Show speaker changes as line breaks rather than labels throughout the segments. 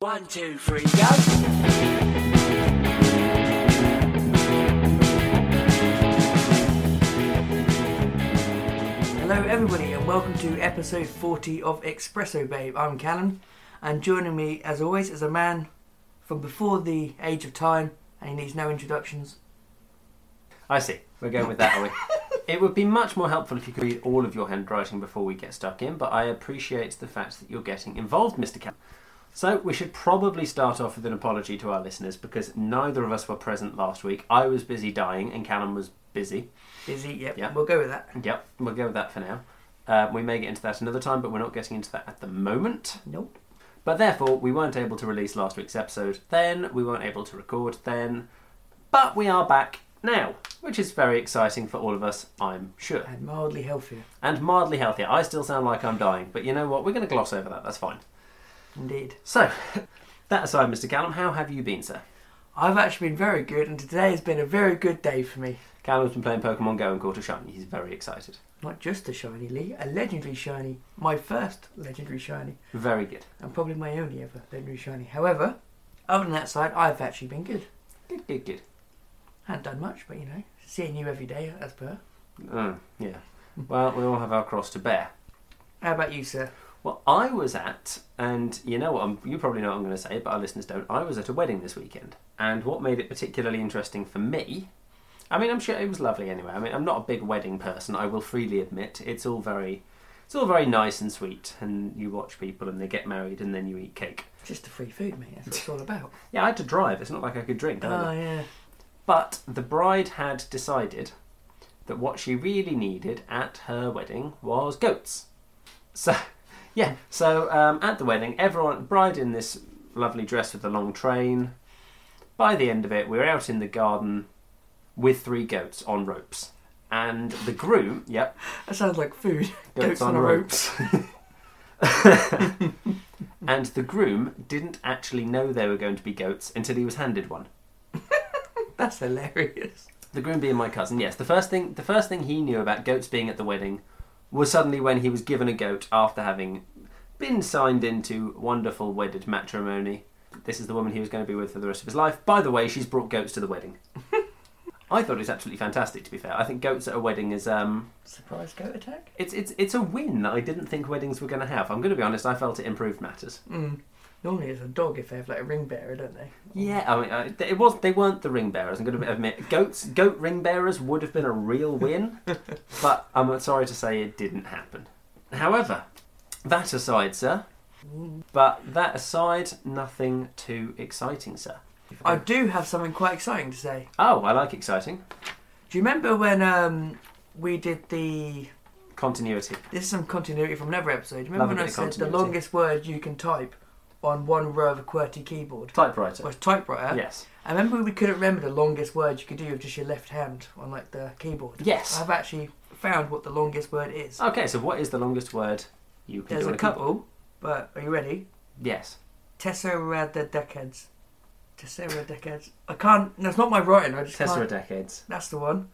One, two, three, go. Hello, everybody, and welcome to episode 40 of Espresso Babe. I'm Callum, and joining me, as always, is a man from before the age of time, and he needs no introductions.
I see. We're going with that, are we? it would be much more helpful if you could read all of your handwriting before we get stuck in, but I appreciate the fact that you're getting involved, Mr. Cam. So, we should probably start off with an apology to our listeners because neither of us were present last week. I was busy dying and Callum was busy.
Busy, yep,
Yeah.
we'll go with that.
Yep, we'll go with that for now. Uh, we may get into that another time, but we're not getting into that at the moment.
Nope.
But therefore, we weren't able to release last week's episode then, we weren't able to record then, but we are back now, which is very exciting for all of us, I'm sure.
And mildly healthier,
and mildly healthier. I still sound like I'm dying, but you know what? We're going to gloss over that. That's fine.
indeed.
So, that aside, Mr. Callum, how have you been, sir?
I've actually been very good, and today has been a very good day for me.
Callum's been playing Pokemon Go and caught a shiny. He's very excited.
Not just a shiny Lee, a legendary shiny. My first legendary shiny.
Very good.
and probably my only ever legendary shiny. However, other than that side, I've actually been good.
Good, good, good.
Haven't done much, but you know, seeing you every day as per.
Mm, yeah. Well, we all have our cross to bear.
How about you, sir?
Well, I was at, and you know what, I'm, you probably know what I'm going to say, but our listeners don't. I was at a wedding this weekend, and what made it particularly interesting for me, I mean, I'm sure it was lovely anyway. I mean, I'm not a big wedding person. I will freely admit it's all very, it's all very nice and sweet, and you watch people and they get married and then you eat cake.
Just the free food, mate. That's what it's all about.
Yeah, I had to drive. It's not like I could drink.
oh
either.
yeah.
But the bride had decided that what she really needed at her wedding was goats. So, yeah, so um, at the wedding, everyone, bride in this lovely dress with the long train. By the end of it, we were out in the garden with three goats on ropes. And the groom, yep,
That sounds like food. Goats
Goats
on
on
a rope.
and the groom didn't actually know they were going to be goats until he was handed one.
That's hilarious.
The groom being my cousin, yes. The first thing the first thing he knew about goats being at the wedding was suddenly when he was given a goat after having been signed into wonderful wedded matrimony. This is the woman he was going to be with for the rest of his life. By the way, she's brought goats to the wedding. I thought it was absolutely fantastic to be fair. I think goats at a wedding is um
Surprise goat attack.
it's it's it's a win that I didn't think weddings were going to have. I'm going to be honest, I felt it improved matters.
Mm. Normally, it's a dog if they have like a ring bearer, don't they?
Yeah, I mean, I, it was. They weren't the ring bearers. I'm going to admit, goats, goat ring bearers would have been a real win, but I'm uh, sorry to say it didn't happen. However, that aside, sir. But that aside, nothing too exciting, sir.
I do have something quite exciting to say.
Oh, I like exciting
Do you remember when um, we did the?
continuity.
This is some continuity from another episode. Do you
Love
remember
a
when
bit
I
of
said the
continuity.
longest word you can type on one row of a QWERTY keyboard?
Typewriter.
was typewriter.
Yes.
I remember we couldn't remember the longest word you could do with just your left hand on like the keyboard.
Yes.
I've actually found what the longest word is.
Okay, so what is the longest word you can
There's
do? on
a
keyboard?
couple, but are you ready?
Yes.
Tesseradecades. Tesseradecades. I can't. That's not my writing. I just
Tessera
can't.
decades.
That's the one.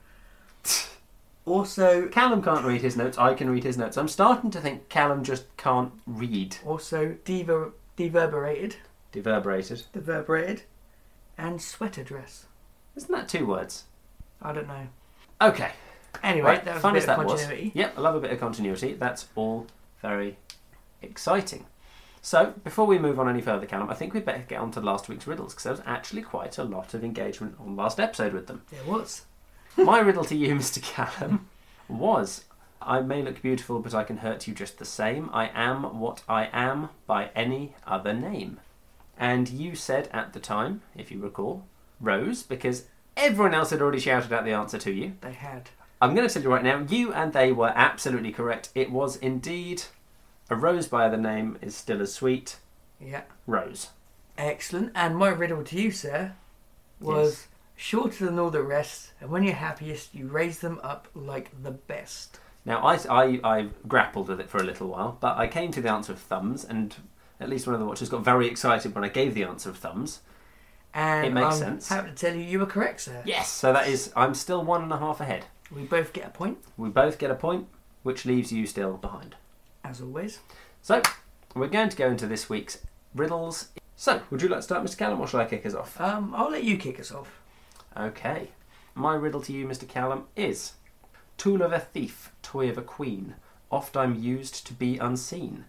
Also,
Callum can't read his notes. I can read his notes. I'm starting to think Callum just can't read.
also dever- deverberated,
Deverberated.
deverberated, and sweater dress.
Isn't that two words?
I don't know.
Okay.
Anyway,
Right,
that was
fun
a
as
bit of
that was.
continuity.
Yep, I love a bit of continuity. That's all very exciting. So, before we move on any further, Callum, I think we'd better get on to last week's riddles because there was actually quite a lot of engagement on last episode with them.
There was.
My riddle to you, Mr. Callum, was I may look beautiful, but I can hurt you just the same. I am what I am by any other name. And you said at the time, if you recall, Rose, because everyone else had already shouted out the answer to you.
They had.
I'm going to tell you right now, you and they were absolutely correct. It was indeed a rose by other name is still as sweet.
Yeah.
Rose.
Excellent. And my riddle to you, sir, was shorter than all the rest, and when you're happiest, you raise them up like the best.
Now, I, I, I grappled with it for a little while, but I came to the answer of thumbs, and at least one of the watchers got very excited when I gave the answer of thumbs.
And
It makes
I'm
sense.
happy to tell you, you were correct, sir.
Yes! So that is, I'm still one and a half ahead.
We both get a point,
We both get a point, which leaves you still behind.
as always.
So, we're going to go into this week's riddles. So, would you like to start, Mr. Callum, or shall I kick us off?
Um, I'll let you kick us off.
Okay. My riddle to you, Mr. Callum, is Tool of a thief, toy of a queen, oft I'm used to be unseen.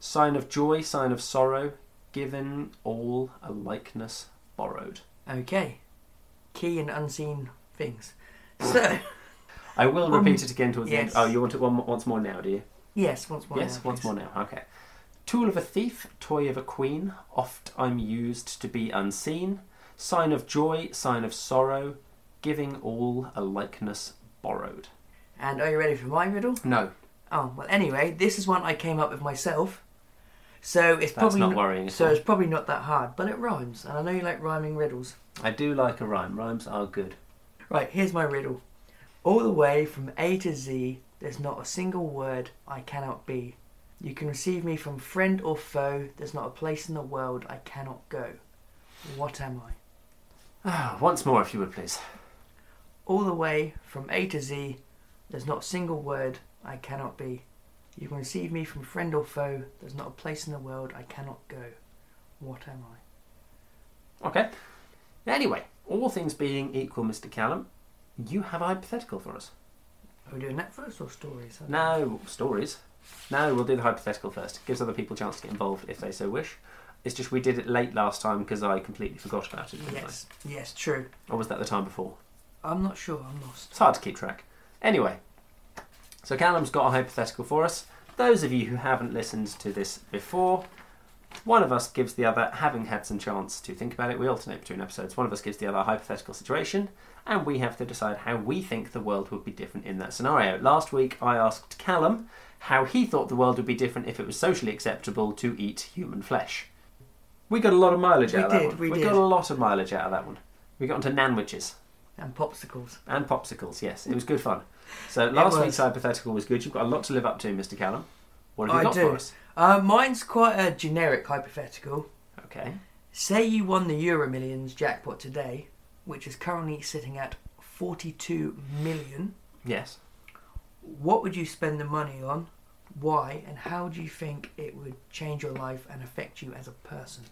Sign of joy, sign of sorrow, given all a likeness borrowed.
Okay. Key and unseen things. So,
I will
Um,
repeat it again towards
yes.
the end. Oh, you want it one, mo- once more now, do you?
yes, once more.
yes,
now,
once
please.
more now. Okay. Tool of a thief, toy of a queen, oft I'm used to be unseen. Sign of joy, sign of sorrow, giving all a likeness borrowed.
And are you ready for my riddle?
No,
Oh, well, anyway, this is one I came up with myself. So it's
that's
probably
not worrying. at
so
all.
it's probably not that hard, but it rhymes, and I know you like rhyming riddles.
I do like a rhyme. Rhymes are good.
Right, here's my riddle. All the way from A to Z, there's not a single word I cannot be. You can receive me from friend or foe, there's not a place in the world I cannot go. What am I?
Ah, once more, if you would please.
All the way from A to Z, there's not a single word I cannot be. You can receive me from friend or foe, there's not a place in the world I cannot go. What am I?
Okay. Anyway, all things being equal, Mr. Callum, you have a hypothetical for us.
Are we doing that first or stories?
No stories. No, we'll do the hypothetical first. Gives other people a chance to get involved if they so wish. It's just we did it late last time because I completely forgot about it. Didn't
Yes, yes, true.
I? Or was that the time before?
I'm not sure, I'm lost.
It's hard to keep track. Anyway, so Callum's got a hypothetical for us. Those of you who haven't listened to this before, one of us gives the other, having had some chance to think about it, we alternate between episodes. One of us gives the other a hypothetical situation, and we have to decide how we think the world would be different in that scenario. Last week, I asked Callum how he thought the world would be different if it was socially acceptable to eat human flesh. We got a lot of mileage
We
out of
did,
that one.
we did.
got a lot of mileage out of that one. We got onto nanwiches
And popsicles.
and popsicles. Yes, it was good fun. So last
was.
week's hypothetical was good. You've got a lot to live up to, Mr. Callum. What have you
I
got
do.
for us?
Uh, mine's quite a generic hypothetical.
Okay.
Say you won the Euro Millions jackpot today, which is currently sitting at 42 million.
Yes.
What would you spend the money on? Why? And how do you think it would change your life and affect you as a person?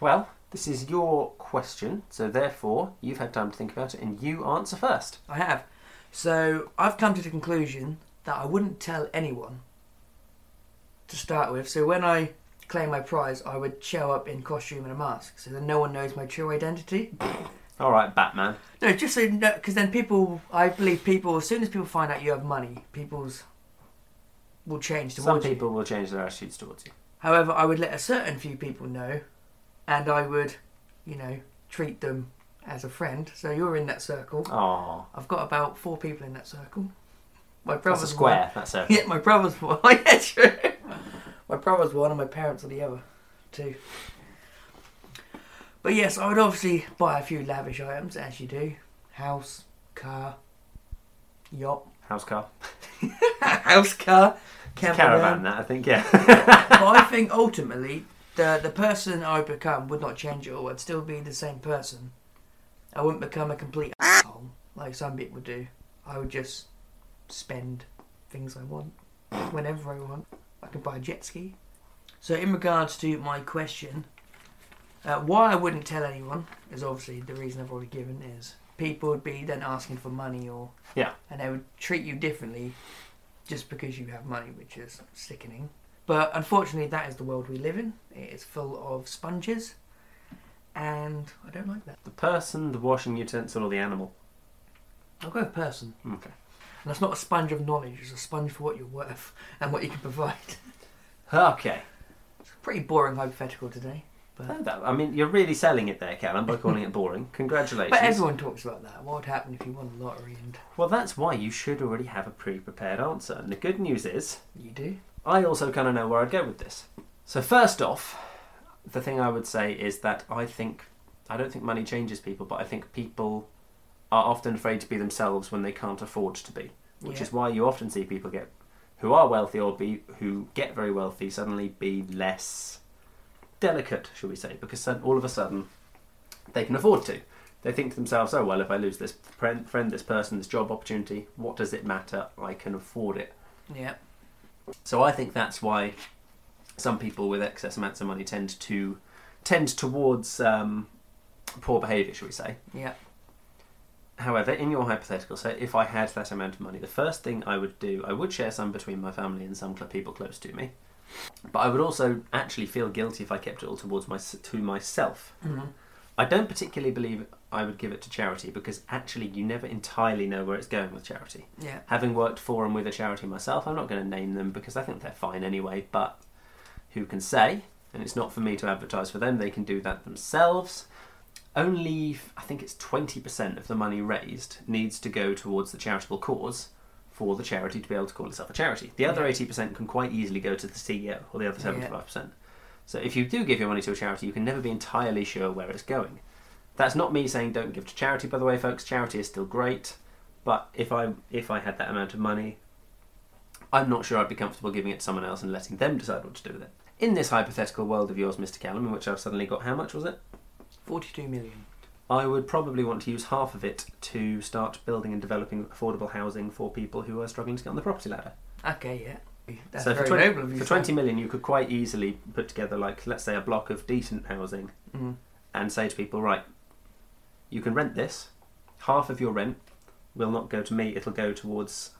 Well, this is your question, so therefore you've had time to think about it, and you answer first.
I have. So I've come to the conclusion that I wouldn't tell anyone to start with. So when I claim my prize, I would show up in costume and a mask, so that no one knows my true identity.
All right, Batman.
No, just so no, because then people, I believe people, as soon as people find out you have money, people's will change
Some
towards you.
people will change their attitudes towards you.
However, I would let a certain few people know, and I would, you know, treat them as a friend. So you're in that circle.
Oh,
I've got about four people in that circle. My
that's
brother's
a
one.
square. That's a.
Yeah, my brother's one. yeah, true. My brother's one, and my parents are the other two. But yes, I would obviously buy a few lavish items, as you do: house, car, yacht,
House car.
house, car, camper
Caravan,
van.
that I think, yeah.
But I think ultimately, the the person I would become would not change at all. I'd still be the same person. I wouldn't become a complete asshole like some people do. I would just spend things I want whenever I want. I can buy a jet ski. So, in regards to my question, uh, why I wouldn't tell anyone is obviously the reason I've already given is people would be then asking for money or
Yeah.
and they would treat you differently just because you have money, which is sickening. But unfortunately, that is the world we live in. It is full of sponges, and I don't like that.
the person, the washing utensil, or the animal.
I'll go with person.
Okay.
And that's not a sponge of knowledge, it's a sponge for what you're worth and what you can provide.
Okay.
It's a pretty boring hypothetical today.
No, that- I mean, you're really selling it there, Callum, by calling it boring. Congratulations.
But everyone talks about that. What would happen if you won the lottery and
Well, that's why you should already have a pre prepared answer. And the good news is,
you do?
I also kind of know where I'd go with this. So, first off, the thing I would say is that I think, I don't think money changes people, but I think people are often afraid to be themselves when they can't afford to be, which
Yeah.
is why you often see people get, who are wealthy or be, who get very wealthy, suddenly be less delicate, shall we say, because sud- all of a sudden they can afford to. They think to themselves, oh, well, if I lose this friend, friend this person, this job opportunity, what does it matter? I can afford it.
Yeah.
So I think that's why some people with excess amounts of money tend to tend towards um, poor behaviour, shall we say.
Yeah.
However, in your hypothetical, so if I had that amount of money, the first thing I would do, I would share some between my family and some cl- people close to me, but I would also actually feel guilty if I kept it all towards my to myself.
Mhm.
I don't particularly believe I would give it to charity because actually you never entirely know where it's going with charity.
Yeah.
Having worked for and with a charity myself, I'm not going to name them because I think they're fine anyway, but who can say? And it's not for me to advertise for them, they can do that themselves. Only, I think it's 20% of the money raised needs to go towards the charitable cause for the charity to be able to call itself a charity. The other
Yeah.
80% can quite easily go to the CEO or the other
Yeah.
75%. So if you do give your money to a charity, you can never be entirely sure where it's going. That's not me saying don't give to charity, by the way, folks. Charity is still great, but if I if I had that amount of money, I'm not sure I'd be comfortable giving it to someone else and letting them decide what to do with it. In this hypothetical world of yours, Mr. Callum, in which I've suddenly got how much was it?
42 million.
I would probably want to use half of it to start building and developing affordable housing for people who are struggling to get on the property ladder.
Okay, yeah. That's
so
very
for, 20,
noble of you.
for 20 million, you could quite easily put together, like, let's say, a block of decent housing
Mm-hmm.
and say to people, right, you can rent this. Half of your rent will not go to me, it'll go towards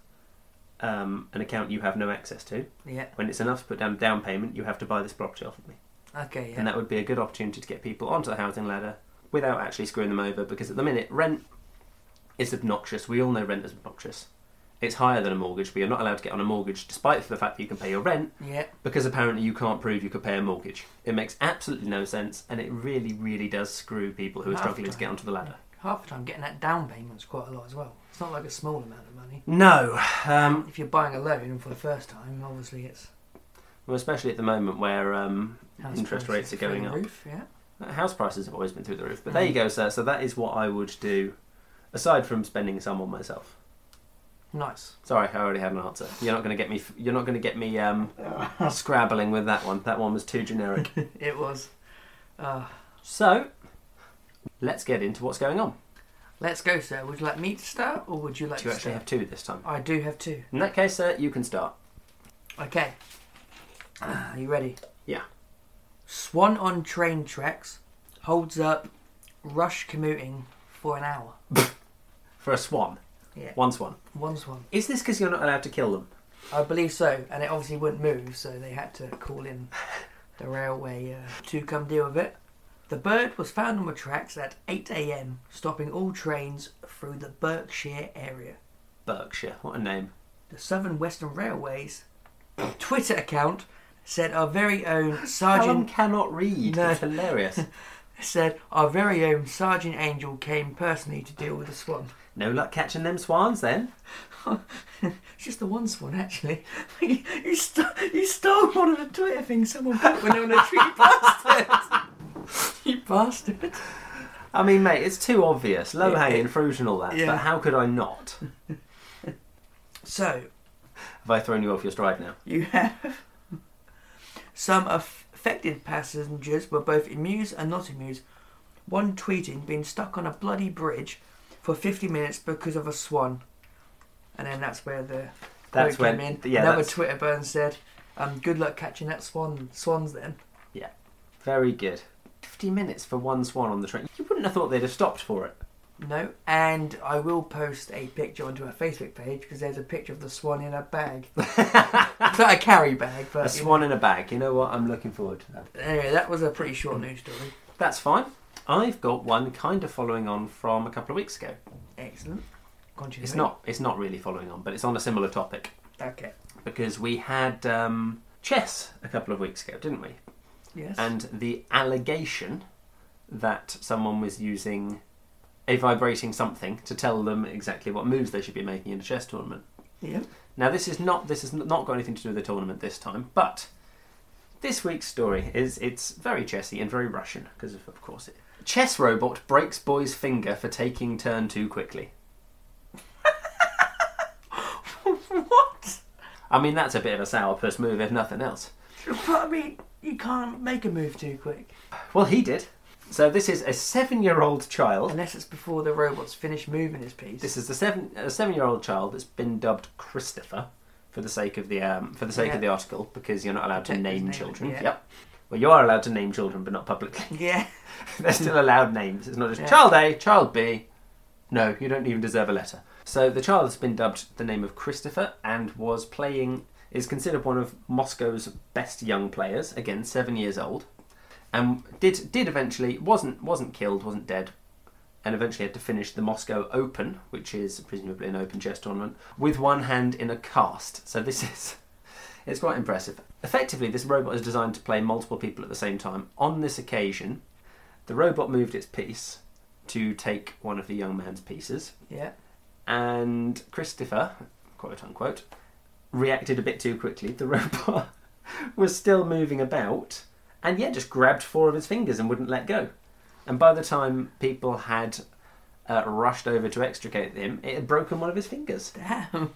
um, an account you have no access to.
Mm. Yeah.
When it's enough to put down down payment, you have to buy this property off of me.
Okay, yeah.
And that would be a good opportunity to get people onto the housing ladder without actually screwing them over because at the minute, rent is obnoxious. We all know rent is obnoxious. It's higher than a mortgage, but you're not allowed to get on a mortgage despite the fact that you can pay your rent
Yeah.
because apparently you can't prove you could pay a mortgage. It makes absolutely no sense, and it really, really does screw people who are
Half
struggling to
time.
get onto the ladder.
Half the time, getting that down payment's quite a lot as well. It's not like a small amount of money.
No, um,
If you're buying a loan for the first time, obviously it's
well, especially at the moment where um,
house
interest
prices
rates are
through
going
the
up.
Roof, yeah.
House prices have always been through the roof, but there you
Mm.
go, sir. So that is what I would do, aside from spending some on myself.
Nice.
Sorry, I already had an answer. You're not going to get me. You're not going to get me um, scrabbling with that one. That one was too generic.
It was. Uh,
so, let's get into what's going on.
let's go, sir. Would you like me to start, or would you like
Do you
to
actually
start?
have two this time?
I do have two.
In that case, sir, you can start.
Okay. Ah, Are you ready?
Yeah.
Swan on train tracks holds up rush commuting for an hour.
For a swan.
Yeah.
One swan.
One swan.
Is this because you're not allowed to kill them?
I believe so, and it obviously wouldn't move, so they had to call in the railway uh, to come deal with it. The bird was found on the tracks at 8 am, stopping all trains through the Berkshire area.
Berkshire. What a name.
The Southern Western Railways Twitter account said our very own Sergeant
cannot read.
No.
It's hilarious.
said our very own Sergeant Angel came personally to deal with the swan.
no luck catching them swans then.
It's just the one swan, actually. you, you, st- you stole one of the Twitter things someone put when they were on a tree, you bastard. you bastard.
I mean, mate, it's too obvious. Low hanging fruit and all that.
Yeah.
But how could I not?
So,
Have I thrown you off your stride now?
you have. Some aff- affected passengers were both amused and not amused. One tweeting being stuck on a bloody bridge for 50 minutes because of a swan. And then that's where the
That's
quote
when.
came in.
Yeah,
Another
that's
Twitter burn said, um, good luck catching that swan. Swans then.
very good. 50 minutes for one swan on the train. You wouldn't have thought they'd have stopped for it.
No, and I will post a picture onto our Facebook page because there's a picture of the swan in a bag. it's not a carry bag, but
A
you know.
swan in a bag. You know what? I'm looking forward to that.
Anyway, that was a pretty short news story.
That's fine. I've got one kind of following on from a couple of weeks ago.
Excellent. Continue.
It's not. It's not really following on, but it's on a similar topic.
Okay.
because we had um, chess a couple of weeks ago, didn't we?
Yes.
And the allegation that someone was using a vibrating something to tell them exactly what moves they should be making in a chess tournament.
yeah.
Now, this is not this has not got anything to do with the tournament this time, but this week's story is it's very chessy and very Russian because of, of course it. Chess robot breaks boy's finger for taking turn too quickly.
what?
I mean, that's a bit of a sourpuss move, if nothing else.
But I mean, you can't make a move too quick
Well, he did. So this is a seven-year-old child
unless it's before the robot's finished moving his piece.
This is the seven, a seven-year-old child that's been dubbed Christopher for the sake of the um, for the sake
Yeah.
of the article because you're not allowed to
Protect his
name
name,
children.
yeah.
Yep. Well, you are allowed to name children, but not publicly.
Yeah.
They're still allowed names. It's not just
Yeah.
child A, child B. No, you don't even deserve a letter. So the child has been dubbed the name of Christopher and was playing is considered one of Moscow's best young players. Again, seven years old, and did did eventually wasn't wasn't killed, wasn't dead, and eventually had to finish the Moscow Open, which is presumably an open chess tournament, with one hand in a cast. So this is. It's quite impressive. Effectively, this robot is designed to play multiple people at the same time. On this occasion, the robot moved its piece to take one of the young man's pieces,
Yeah.
and Christopher, quote unquote, reacted a bit too quickly. The robot was still moving about, and yeah, just grabbed four of his fingers and wouldn't let go. And by the time people had uh, rushed over to extricate him, it had broken one of his fingers.
Damn.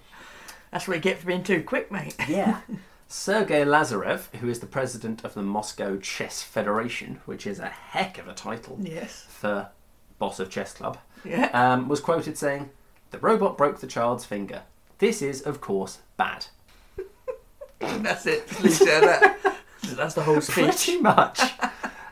That's what you get for being too quick, mate.
Yeah. Sergei Lazarev, who is the president of the Moscow Chess Federation, which is a heck of a title
Yes.
for boss of chess club,
Yeah.
um, was quoted saying, The robot broke the child's finger. This is, of course, bad.
That's it. Just leave it at that. That's the whole speech.
Pretty much.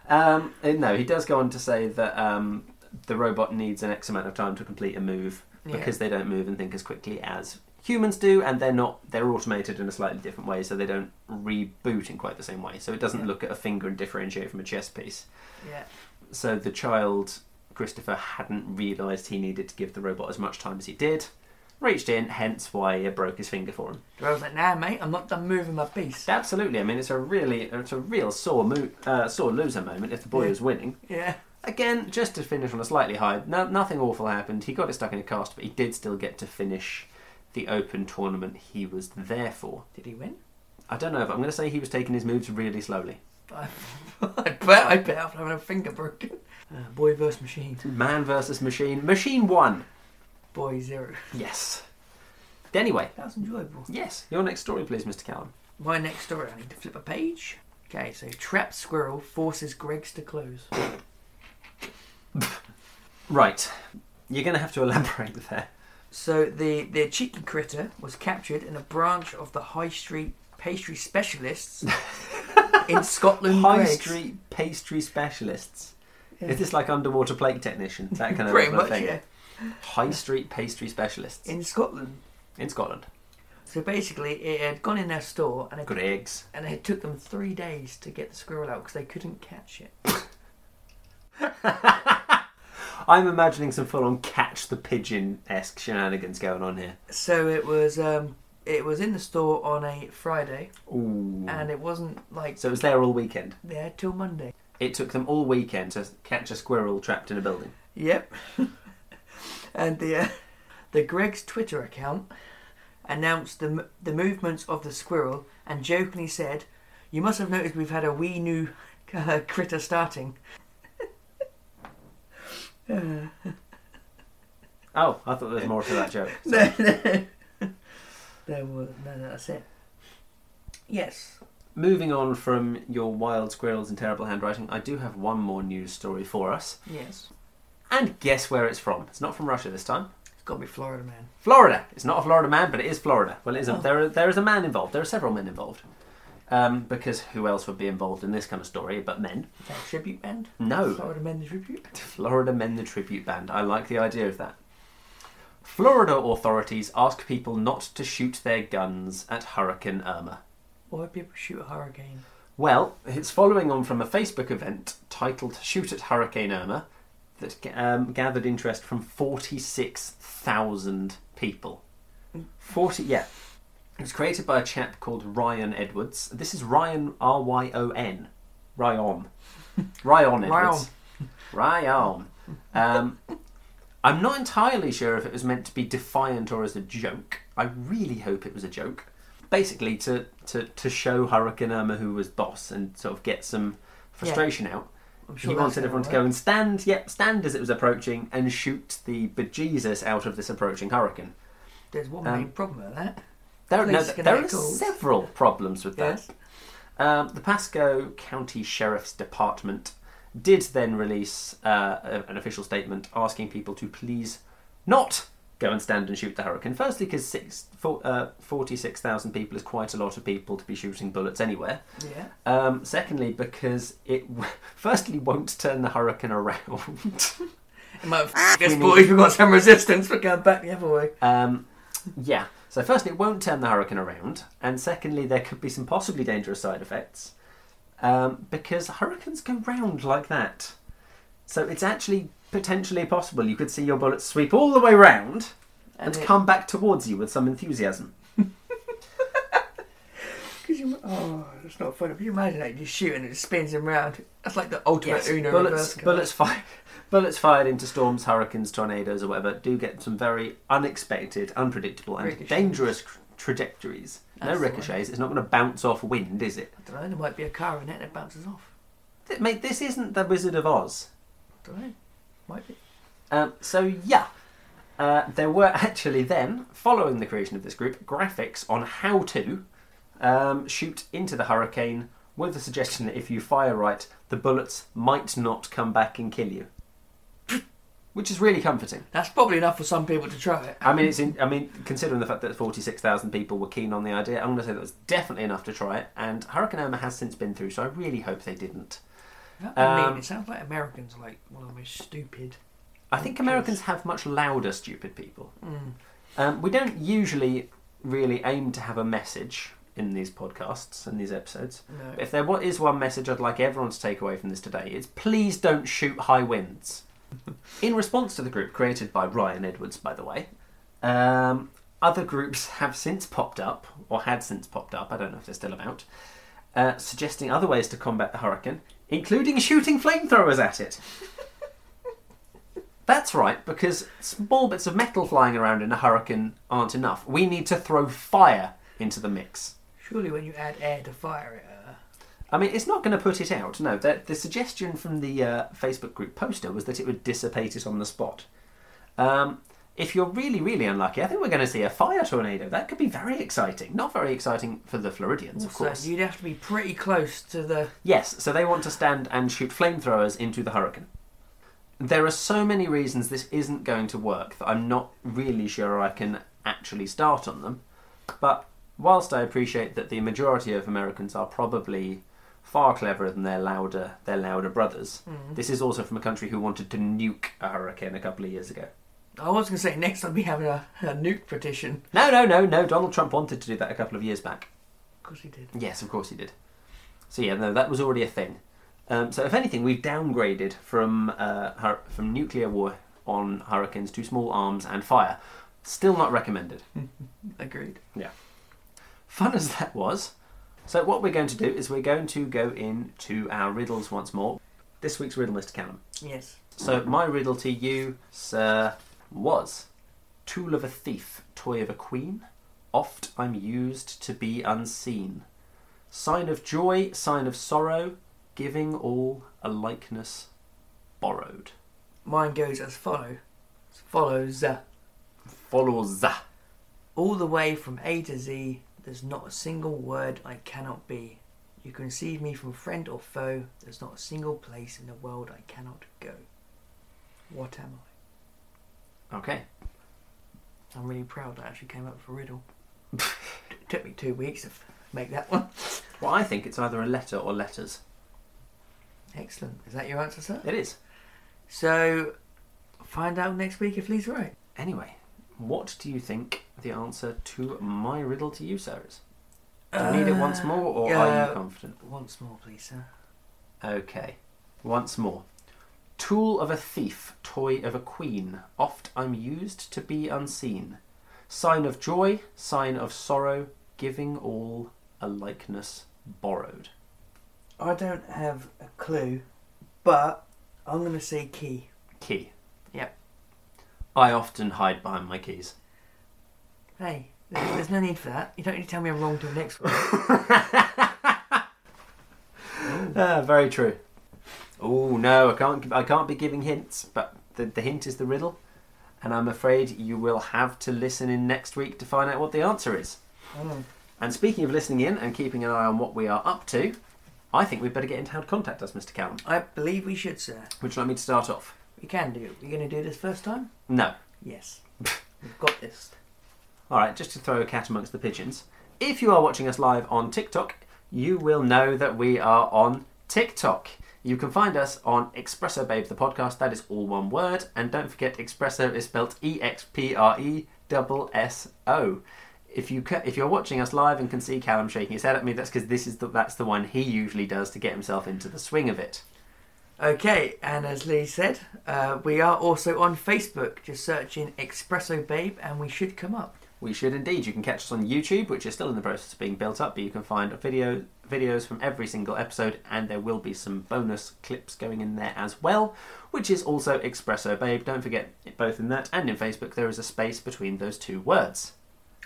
um, uh, no, he does go on to say that um, the robot needs an X amount of time to complete a move
Yeah.
because they don't move and think as quickly as humans do, and they're not. They're automated in a slightly different way, so they don't reboot in quite the same way. So it doesn't
Yeah.
look at a finger and differentiate from a chess piece.
Yeah.
So the child, Christopher, hadn't realised he needed to give the robot as much time as he did. Reached in, hence why it broke his finger for him.
So I was like, nah, mate, I'm not done moving my piece.
Absolutely, I mean it's a really, it's a real sore, mo- uh, sore loser moment. If the boy
Yeah.
was winning,
Yeah.
again, just to finish on a slightly high, no, nothing awful happened. He got it stuck in a cast, but he did still get to finish the Open tournament he was there for.
Did he win?
I don't know if I'm going to say he was taking his moves really slowly.
I, I bet. I bet after having a finger broken. Uh, boy versus machine.
Man versus machine. Machine won.
Boy zero.
Yes. Anyway,
That was enjoyable.
yes. Your next story, please, Mr. Callum.
My next story, I need to flip a page. Okay, so trapped squirrel forces Greg's to close.
Right. You're going to have to elaborate there.
So the, the cheeky critter was captured in a branch of the High Street pastry specialists in Scotland.
High
Greg's.
street pastry specialists.
Yeah.
Is this like underwater plate technician? That kind of
Pretty
level
much,
of thing.
yeah.
High street pastry specialists
In Scotland.
in Scotland.
So basically, it had gone in their store and it,
Greg's.
and it took them three days to get the squirrel out because they couldn't catch it.
I'm imagining some full on catch the pigeon esque shenanigans going on here.
So it was um, it was in the store on a Friday
Ooh.
and it wasn't like
so it was there all weekend.
there till Monday.
It took them all weekend to catch a squirrel trapped in a building.
Yep. and the uh, the Greg's Twitter account announced the m- the movements of the squirrel and jokingly said, "You must have noticed we've had a wee new uh, critter starting." Uh,
Oh, I thought there was more to that joke.
no, no. there was no, no. That's it. Yes.
Moving on from your wild squirrels and terrible handwriting, I do have one more news story for us.
Yes.
And guess where it's from? It's not from Russia this time.
It's got to be Florida man.
Florida. It's not a Florida man, but it is Florida. Well, it is. A,
Oh.
There, are, there is a man involved. There are several men involved. Um, because who else would be involved in this kind of story but men?
Is that a tribute band?
No.
Florida men tribute.
Florida Men the Tribute Band. I like the idea of that. Florida authorities ask people not to shoot their guns at Hurricane Irma.
Why would people shoot a hurricane?
Well, it's following on from a Facebook event titled Shoot at Hurricane Irma that um, gathered interest from 46,000 people. 40, yeah. It was created by a chap called Ryan Edwards. This is Ryan, R Y O N. Ryan. Ryan Edwards. Ryan. Um, I'm not entirely sure if it was meant to be defiant or as a joke. I really hope it was a joke. Basically, to, to, to show Hurricane Irma who was boss and sort of get some frustration out.
I'm
he
that's
wanted
gonna
everyone to
work.
go and stand, yep, stand as it was approaching and shoot the bejesus out of this approaching hurricane.
There's one
um,
main problem with that.
There, no,
Police
th-
can
there
make
are
calls.
several problems with that.
Yes.
Um, the Pasco County Sheriff's Department did then release uh, a- an official statement asking people to please not go and stand and shoot the hurricane. Firstly, because uh, 46,000 people is quite a lot of people to be shooting bullets anywhere.
Yeah.
Um, secondly, because it w- firstly won't turn the hurricane around.
It might f- us, boys. We've got some resistance. We're going back the other way.
um, yeah. So firstly, it won't turn the hurricane around, and secondly, there could be some possibly dangerous side effects um, because hurricanes go round like that. So it's actually potentially possible you could see your bullet sweep all the way round and,
it-
come back towards you with some enthusiasm.
Could you, oh, that's not funny. Could you imagine that? You shoot and it spins him round. That's like the ultimate Uno
bullets,
reverse card.
bullets fired, bullets fired into storms, hurricanes, tornadoes, or whatever do get some very unexpected, unpredictable, and
Ricochets.
dangerous tr- trajectories.
That's
no
the one.
ricochets. It's not going to bounce off wind, is it?
I don't know. There might be a car in it that bounces off.
Th- Mate, this isn't the Wizard of Oz.
I don't know. Might be.
Um, so yeah, uh, there were actually then, following the creation of this group, graphics on how to um, shoot into the hurricane with the suggestion that if you fire right, the bullets might not come back and kill you, which is really comforting.
That's probably enough for some people to try it.
I mean, it's in, I mean, considering the fact that 46,000 people were keen on the idea, I'm going to say that was definitely enough to try it. And Hurricane Irma has since been through, so I really hope they didn't.
That I mean,
Um,
it sounds like Americans are like one of the most stupid.
I think
Okay.
Americans have much louder, stupid people. Um, we don't usually really aim to have a message in these podcasts and these episodes.
No.
But if there wa- is one message I'd like everyone to take away from this today, it's please don't shoot high winds. in response to the group created by Ryan Edwards, by the way, um, other groups have since popped up, or had since popped up, I don't know if they're still about, uh, suggesting other ways to combat the hurricane, including shooting flamethrowers at it. That's right, because small bits of metal flying around in a hurricane aren't enough. We need to throw fire into the mix.
Surely when you add air to fire it, uh,
I mean, it's not going to put it out. No, the, the suggestion from the uh, Facebook group poster was that it would dissipate it on the spot. Um, if you're really, really unlucky, I think we're going to see a fire tornado. That could be very exciting. Not very exciting for the Floridians, of
so
course.
you'd have to be pretty close to the.
Yes, so they want to stand and shoot flamethrowers into the hurricane. There are so many reasons this isn't going to work that I'm not really sure I can actually start on them. But whilst I appreciate that the majority of Americans are probably far cleverer than their louder their louder brothers, this is also from a country who wanted to nuke a hurricane a couple of years ago.
I was going to say next I'll be having a, a nuke petition.
No, no, no, no. Donald Trump wanted to do that a couple of years back.
Of course he did.
Yes, of course he did. So yeah, no, that was already a thing. Um, so if anything, we've downgraded from uh, hur- from nuclear war on hurricanes to small arms and fire. Still not recommended.
Agreed.
Yeah. Fun as that was. So what we're going to do is we're going to go into our riddles once more. This week's riddle, Mr. Callum.
Yes.
So my riddle to you, sir, was tool of a thief, toy of a queen. Oft I'm used to be unseen. Sign of joy, sign of sorrow, giving all a likeness borrowed.
Mine goes as follow. Follows uh,
Follows.
all the way from A to Z. There's not a single word I cannot be. You can receive me from friend or foe. There's not a single place in the world I cannot go. What am
Okay.
I? I'm really proud that I actually came up with a riddle. it took me two weeks to f- make that one.
Well, I think it's either a letter or letters.
Excellent. Is that your answer, sir?
It is.
So, find out next week if Lee's right.
Anyway, what do you think the answer to my riddle to you, sir, is? Do you
Uh,
need it once more, or are
yeah.
you confident?
Once more, please, sir.
Okay. Once more. Tool of a thief, toy of a queen, oft I'm used to be unseen. Sign of joy, sign of sorrow, giving all a likeness borrowed.
I don't have a clue, but I'm going to say key.
Key.
Yep.
I often hide behind my keys.
Hey, there's, there's no need for that. You don't need to tell me I'm wrong till next week.
Ah, very true. Oh no, I can't. I can't be giving hints, but the, the hint is the riddle, and I'm afraid you will have to listen in next week to find out what the answer is.
Mm.
And speaking of listening in and keeping an eye on what we are up to, I think we'd better get into how to contact us, Mr. Callum.
I believe we should, sir.
Would you like me to start off?
We can do it. We're going to do this first time?
No.
Yes. We've got this.
All right, just to throw a cat amongst the pigeons. If you are watching us live on TikTok, you will know that we are on TikTok. You can find us on Espresso Babe the podcast. That is all one word, and don't forget Espresso is spelled E X P R E double S O. If you ca- if you're watching us live and can see Callum shaking his head at me, that's because this is the, that's the one he usually does to get himself into the swing of it.
Okay, and as Lee said, uh, we are also on Facebook. Just search in Espresso Babe and we should come up.
We should indeed. You can catch us on YouTube, which is still in the process of being built up, but you can find video videos from every single episode, and there will be some bonus clips going in there as well, which is also Espresso Babe. Don't forget, both in that and in Facebook, there is a space between those two words.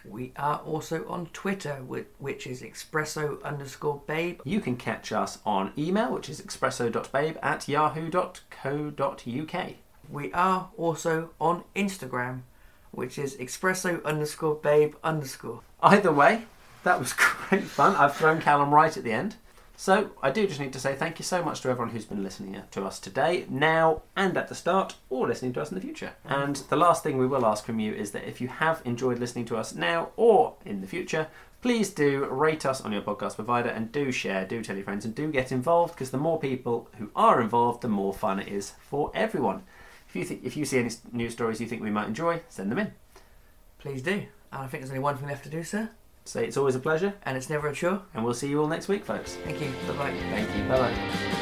We are also on Twitter, whi- which is Espresso underscore Babe.
You can catch us on email, which is espresso.babe at yahoo.co.uk.
We are also on Instagram, which is Espresso underscore Babe underscore.
Either way, that was great fun. I've thrown Callum right at the end. So I do just need to say thank you so much to everyone who's been listening to us today, now and at the start, or listening to us in the future. And the last thing we will ask from you is that if you have enjoyed listening to us now or in the future, please do rate us on your podcast provider and do share, do tell your friends, and do get involved because the more people who are involved, the more fun it is for everyone. If you think, if you see any s- news stories you think we might enjoy, send them in.
Please do. And I think there's only one thing left to do, sir.
Say it's always a pleasure,
And it's never a chore.
and we'll see you all next week, folks.
Thank you. Bye bye.
Thank you. Bye bye.